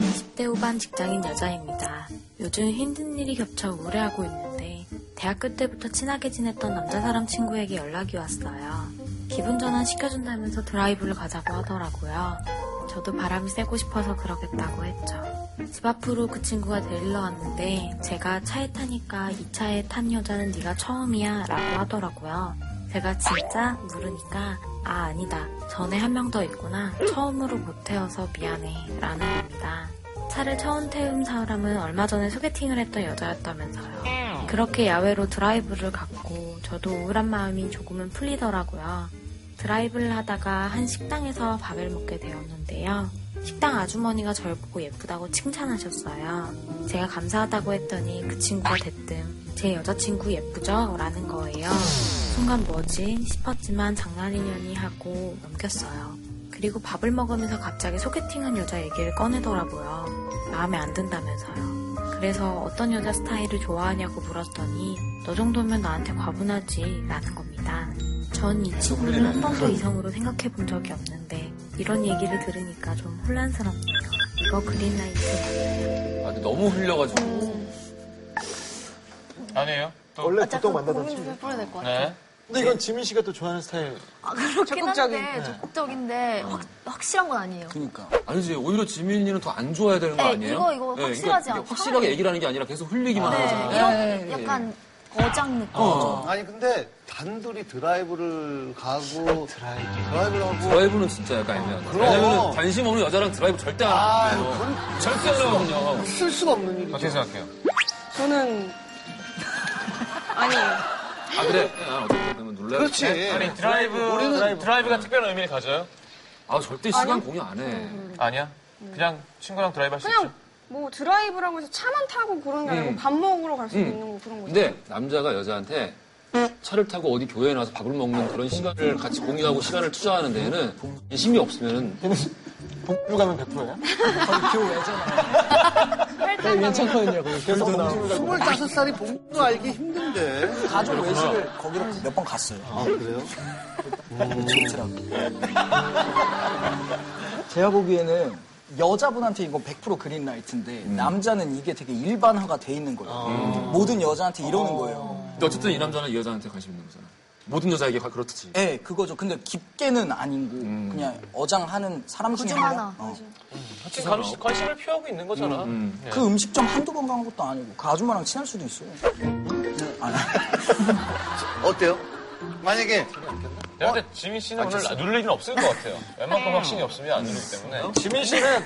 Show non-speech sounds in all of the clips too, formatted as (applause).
20대 후반 직장인 여자입니다. 요즘 힘든 일이 겹쳐 우울해하고 있는데 대학교 때부터 친하게 지냈던 남자 사람 친구에게 연락이 왔어요. 기분 전환 시켜준다면서 드라이브를 가자고 하더라고요. 저도 바람이 쐬고 싶어서 그러겠다고 했죠. 집 앞으로 그 친구가 데리러 왔는데 제가 차에 타니까 이 차에 탄 여자는 네가 처음이야 라고 하더라고요. 제가 진짜 물으니까 아 아니다 전에 한 명 더 있구나 처음으로 못 태워서 미안해 라는 겁니다. 차를 처음 태운 사람은 얼마 전에 소개팅을 했던 여자였다면서요. 아, 그렇게 야외로 드라이브를 갔고 저도 우울한 마음이 조금은 풀리더라고요. 드라이브를 하다가 한 식당에서 밥을 먹게 되었는데요. 식당 아주머니가 절 보고 예쁘다고 칭찬하셨어요. 제가 감사하다고 했더니 그 친구가 대뜸 제 여자친구 예쁘죠? 라는 거예요. 순간 뭐지? 싶었지만 장난이냐니 하고 넘겼어요. 그리고 밥을 먹으면서 갑자기 소개팅한 여자 얘기를 꺼내더라고요. 마음에 안 든다면서요. 그래서 어떤 여자 스타일을 좋아하냐고 물었더니 너 정도면 나한테 과분하지 라는 겁니다. 전 이 친구를 한 번도 이성으로 생각해 본 적이 없는데 이런 얘기를 들으니까 좀 혼란스럽네요. 이거 그린라이트 아, 근데 너무 흘려가지고. 아니에요? 또. 원래 보통 만나던 고민 친구. 좀 풀어야 될 것 같아요. 네. 근데 이건 지민 씨가 또 좋아하는 스타일. 아, 그렇긴 적극적인. 한데 적극적인데 확, 확실한 건 아니에요. 그니까. 그러니까. 아니지, 오히려 지민이는 더 안 좋아야 되는 거 네, 아니에요? 그러니까 이거, 이거 확실하지 이게 않고 확실하게 얘기라는 게 아니라 계속 흘리기만 네, 하잖아. 이런 네, 약간 거장 느낌. 어. 아니 근데 단둘이 드라이브를 가고 드라이브를 하고 드라이브는 진짜 약간 애매하다. 그럼. 왜냐면 관심 없는 여자랑 드라이브 절대 안 아 하거든요. 그건 절대 안 하거든요. 쓸 수가 없는 일이죠 어떻게 생각해요? 저는 아니 아, 그래. 아, 어쨌든 그러면 놀라요. 네. 그렇지 네, 아니 드라이브 우리는 드라이브. 가 특별한 의미를 가져요? 아, 절대 시간 공유 안 해. 아니야. 그냥 친구랑 드라이브 할 수 있죠. 그냥 뭐 드라이브라고 해서 차만 타고 그런 게 아니고 음. 밥 먹으러 갈 수도 음. 있는 거 그런 거죠. 근데 남자가 여자한테 차를 타고 어디 교회에 나와서 밥을 먹는 그런 시간을 같이 공유하고 시간을 투자하는 데에는 관심이 없으면 복주 가면 100%야? 그래서 25살이 봉도 알기 힘든데 가족 외식을 거기로 몇 번 갔어요. 그 아 그래요? 제가 보기에는 여자분한테 이건 100% 그린라이트인데 남자는 이게 되게 일반화가 돼 있는 거예요. 모든 여자한테 이러는 거예요. 근데 어쨌든 이 남자는 이 여자한테 관심 있는 거잖아. 모든 여자에게 가- 그렇듯이. 예, 그거죠. 근데 깊게는 아니고 그냥 어장하는 사람 중에 그중 하나. 명. 어. 지금 관심, 관심을 표하고 있는 음, 거잖아. 네. 그 음식점 한두 번 간 것도 아니고 그 아줌마랑 친할 수도 있어요. 아니. 어때요? 만약에 내가 근데 지민 씨는 오늘 누를 일은 없을 것 같아요. 웬만큼 확신이 없으면 안 누르기 때문에. 지민 씨는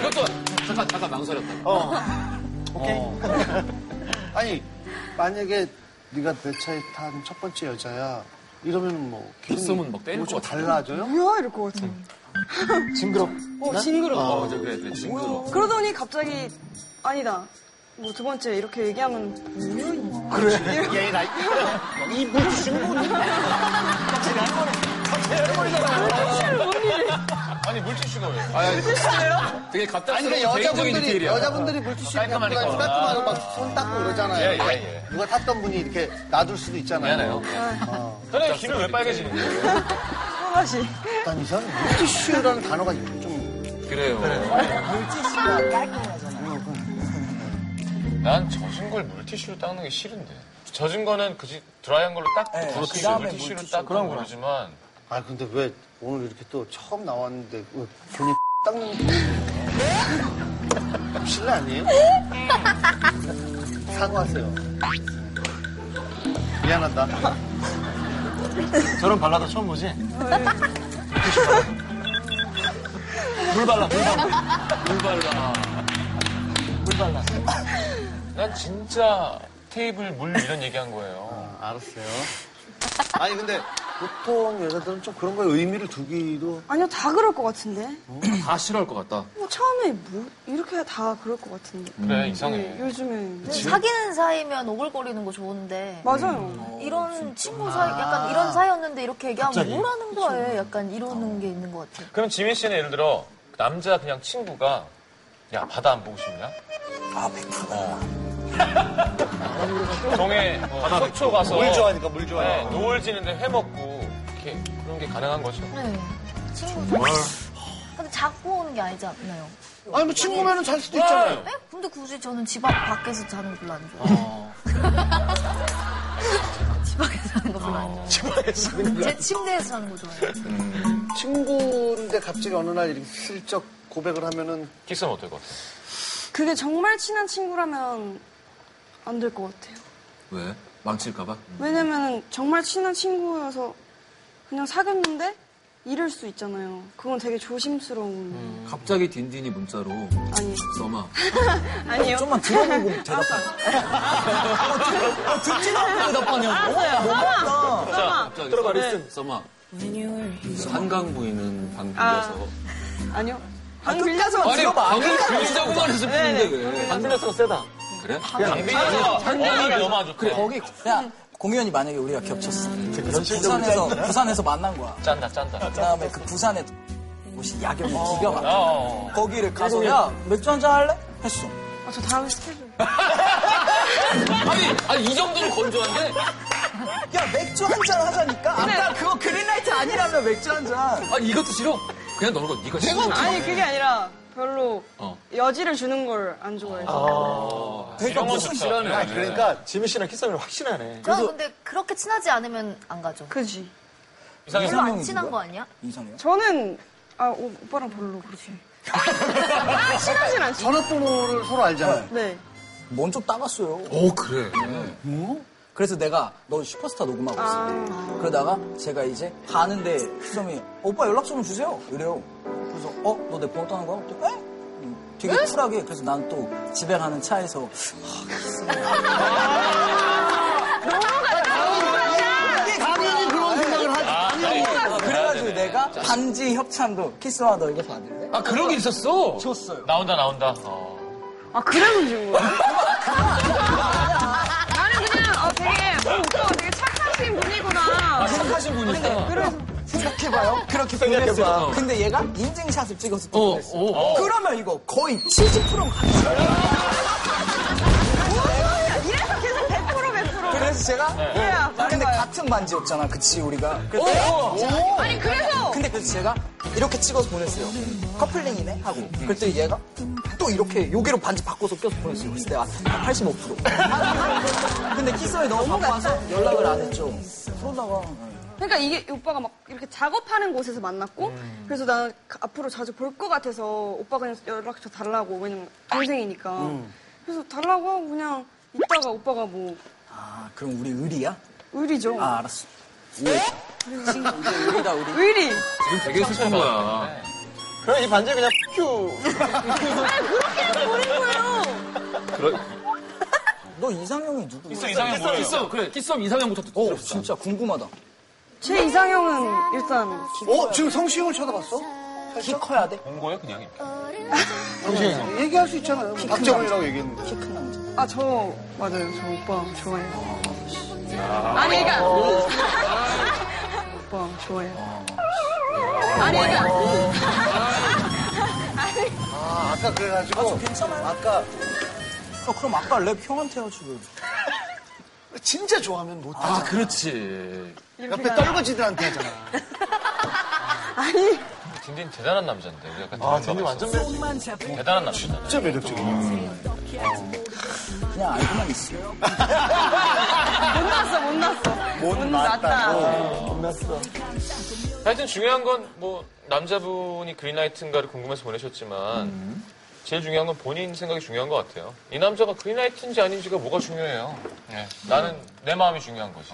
이것도 잠깐 잠깐 망설였다. 아니 만약에 네가 내 차에 탄 첫 번째 여자야 이러면 뭐 있으면 그 막 때릴 뭐좀 것 같아. 달라져요? 뭐야 이럴 것 같아. 징그럽 어 징그러워. 어, 저 그래 그래 징그러. 그러더니 갑자기 아니다. 뭐 두 번째 이렇게 얘기하면 얘 나이 아니 물티슈가 왜? 되게 아니 근데 갑작스러운 개인적인 여자분들이 디테일이야. 여자분들이 물티슈 갖고 깔끔하니까. 다니면서 깔끔하고 막 손 닦고 그러잖아요. 예, 예, 예. 누가 탔던 분이 이렇게 놔둘 수도 있잖아요. 근데 귀는 왜 빨개지는 거예요? 또다시 일단 이상 물티슈라는 단어가 좀 그래요. 물티슈가 깔끔하잖아요. 난 젖은 걸 물티슈로 닦는 게 싫은데. 젖은 거는 그지 드라이한 걸로 닦고 네, 다시 그다음에 물티슈로 물티슈. 닦고 그러지만 아, 근데 왜 오늘 이렇게 또 처음 나왔는데 왜 괜히 (laughs) 닦는 (laughs) 거예요? 실례 아니에요? 사과하세요. 미안하다. 저런 발라드 처음 보지? 난 진짜 테이블 물 이런 얘기한 거예요. 아, 알았어요. 아니, 근데 보통 여자들은 좀 그런 거에 의미를 두기도 아니요 다 그럴 것 같은데. 다 싫어할 것 같다. 뭐 처음에 뭐 이렇게 다 그럴 것 같은데. 그래 이상해. 네, 요즘에 사귀는 사이면 오글거리는 거 좋은데 맞아요. 이런 친구 사이 약간 이런 사이였는데 이렇게 얘기하면 뭐라는 거예요? 약간 이러는 게 있는 것 같아요. 그럼 지민 씨는 예를 들어 남자 그냥 친구가 야 바다 안 보고 싶냐? 아, 100%다. 동해 뭐 속초 가서 물 좋아하니까 물 네, 좋아해. 노을 지는데 회 먹고 이렇게 그런 게 가능한 거죠. 네. 친구. 근데 자꾸 오는 게 아니지 않나요? 아니 뭐 친구면은 잘 수도 있잖아요. 네? 근데 굳이 저는 집 앞 밖에서 자는 거 별로 안 좋아. (laughs) 집 밖에서 자는 거 별로 안 좋아. 집 밖에서 제 침대에서 자는 거 좋아해요. 친구인데 갑자기 어느 날 이렇게 슬쩍 고백을 하면은 키스는 어떨 것 같아요? 그게 정말 친한 친구라면 안 될 것 같아요. 왜? 망칠까봐? 왜냐면 정말 친한 친구여서 그냥 사귀었는데 잃을 수 있잖아요. 그건 되게 조심스러운. 음. 갑자기 딘딘이 문자로 아니 써마 아니요. 좀만 들어보고 대답하자. 어, 듣- 어, 듣지도 않고 대답하냐고. 어, 너무 웃다. 갑자기 들어가 리슨. 써마. 한강 보이는 방 빌려서. 아니요. 방 빌려서 아니, 방을 빌리자고만 했을 뿐인데 왜. 방- 안빌렸어 세다. 그래? 한강이 너무 안 좋다. 어. 거기 그냥 공연이 만약에 우리가 겹쳤어. 음. 그래서 부산에서 부산에서 만난 거야. 짠다, 짠다. 그다음에 그 부산에 곳이 야경이 기가 막혀. 어. 거기를 가서 야 맥주 한잔 할래? 했어. 아, 저 다음 스케줄. 아니, 아니, 이 정도로 건조한데? 야 맥주 한잔 하자니까. 아까 그거 그린라이트 아니라면 맥주 한 잔. 아니, 이것도 싫어? 그냥 너는 거, 니가 싫어. (laughs) 아니 그게 아니라 별로 어. 여지를 주는 걸 안 좋아해서. 되게 이런 건 그러니까 무슨 좋다. 아 그러니까 지민 씨랑 키스하면 확실하네. 저는 근데 그렇게 친하지 않으면 안 가죠. 그지. 이상해. 별로 안 친한 거 아니야? 이상해요. 저는 아 오, 오빠랑 별로 그렇지. 친하진 않지. 전화번호를 서로 알잖아요. 네. 먼저 따갔어요. 오, 그래. 그래서 내가 너 슈퍼스타 녹음하고 있어. 아, 그러다가 제가 이제 가는데 수정이 오빠 연락처 좀 주세요. 이래요. 그래서 어 너 내 번호 따는 거야? 또 에? 음, 되게 쿨하게 그래서 난 또 집에 가는 차에서 "아, 당연히 그런 생각을 하지. 아, 그래가지고 내가 반지 협찬도 키스와 너 이거 받을래? 아, 그런 게 있었어? 줬어요. 나온다, 나온다. 어. 아 그래서 준 거야? 나는 그냥 어, 되게 어, 오빠가 되게 착하신 분이구나. 생각하신 분이니까. 생각해봐요. 그렇게 생각해봐. 근데 얘가 인증샷을 찍어서 또 보냈어. 어. 그러면 이거 거의 70%가 이래서 계속 100% 100%. 그래서 제가 네. 아, 그래야 근데 말해봐요. 같은 반지였잖아, 그치 우리가. 그래서 오! 아니 그래서 근데 그래서 제가 이렇게 찍어서 보냈어요. 커플링이네 하고. 그랬더니 얘가 또 이렇게 요기로 반지 바꿔서 껴서 보냈어요. 그래서 내가 85%. (laughs) 근데 키스에 너무 바빠서 연락을 안 했죠. 그러다가 그러니까 이게 오빠가 막 이렇게 작업하는 곳에서 만났고 그래서 나는 가- 앞으로 자주 볼 것 같아서 오빠 그냥 연락처 달라고 왜냐면 동생이니까 그래서 달라고 하고 그냥 이따가 오빠가 뭐 아 그럼 우리 의리야? 의리죠 아 알았어. (laughs) 우리 의리다 우리. 의리 지금 되게 슬픈 네. 거야. 네. 그럼 이 반지 그냥 퓨. 너 이상형이 누구? 키스 이상해, 뭐예요? 키썸, 그래. 키썸 이상형부터 듣- 어 진짜 궁금하다. 제 이상형은 일단 어 지금 성시경을 쳐다봤어? 키 커야 돼? 본 거예요, 그냥? 얘기할 수 있잖아요. 박정훈이라고 얘기했는데. 키 큰 남자. 아 저 맞아요 저 오빠 좋아해요 아니 그러니까 (laughs) 오빠 좋아해요 아니 그러니까 아, 아까 그래가지고 괜찮아요? 아까 어, 그럼 아까 랩 형한테 해야지 왜? 진짜 좋아하면 못 아, 그렇지. 옆에 떨거지들한테 하잖아. 딘딘 대단한 남자인데. 우리 약간 아, 대단한 딘딘 거 완전 매력. 같아. 대단한 남자잖아. 진짜 매력적이야. 그냥 알고만 있어요. (laughs) 못 났어 못 났어 못, 음, 났다 하여튼 중요한 건 뭐 남자분이 그린라이트인가를 궁금해서 보내셨지만 제일 중요한 건 본인 생각이 중요한 것 같아요. 이 남자가 그린라이트인지 아닌지가 뭐가 중요해요. 예. 나는 내 마음이 중요한 거지.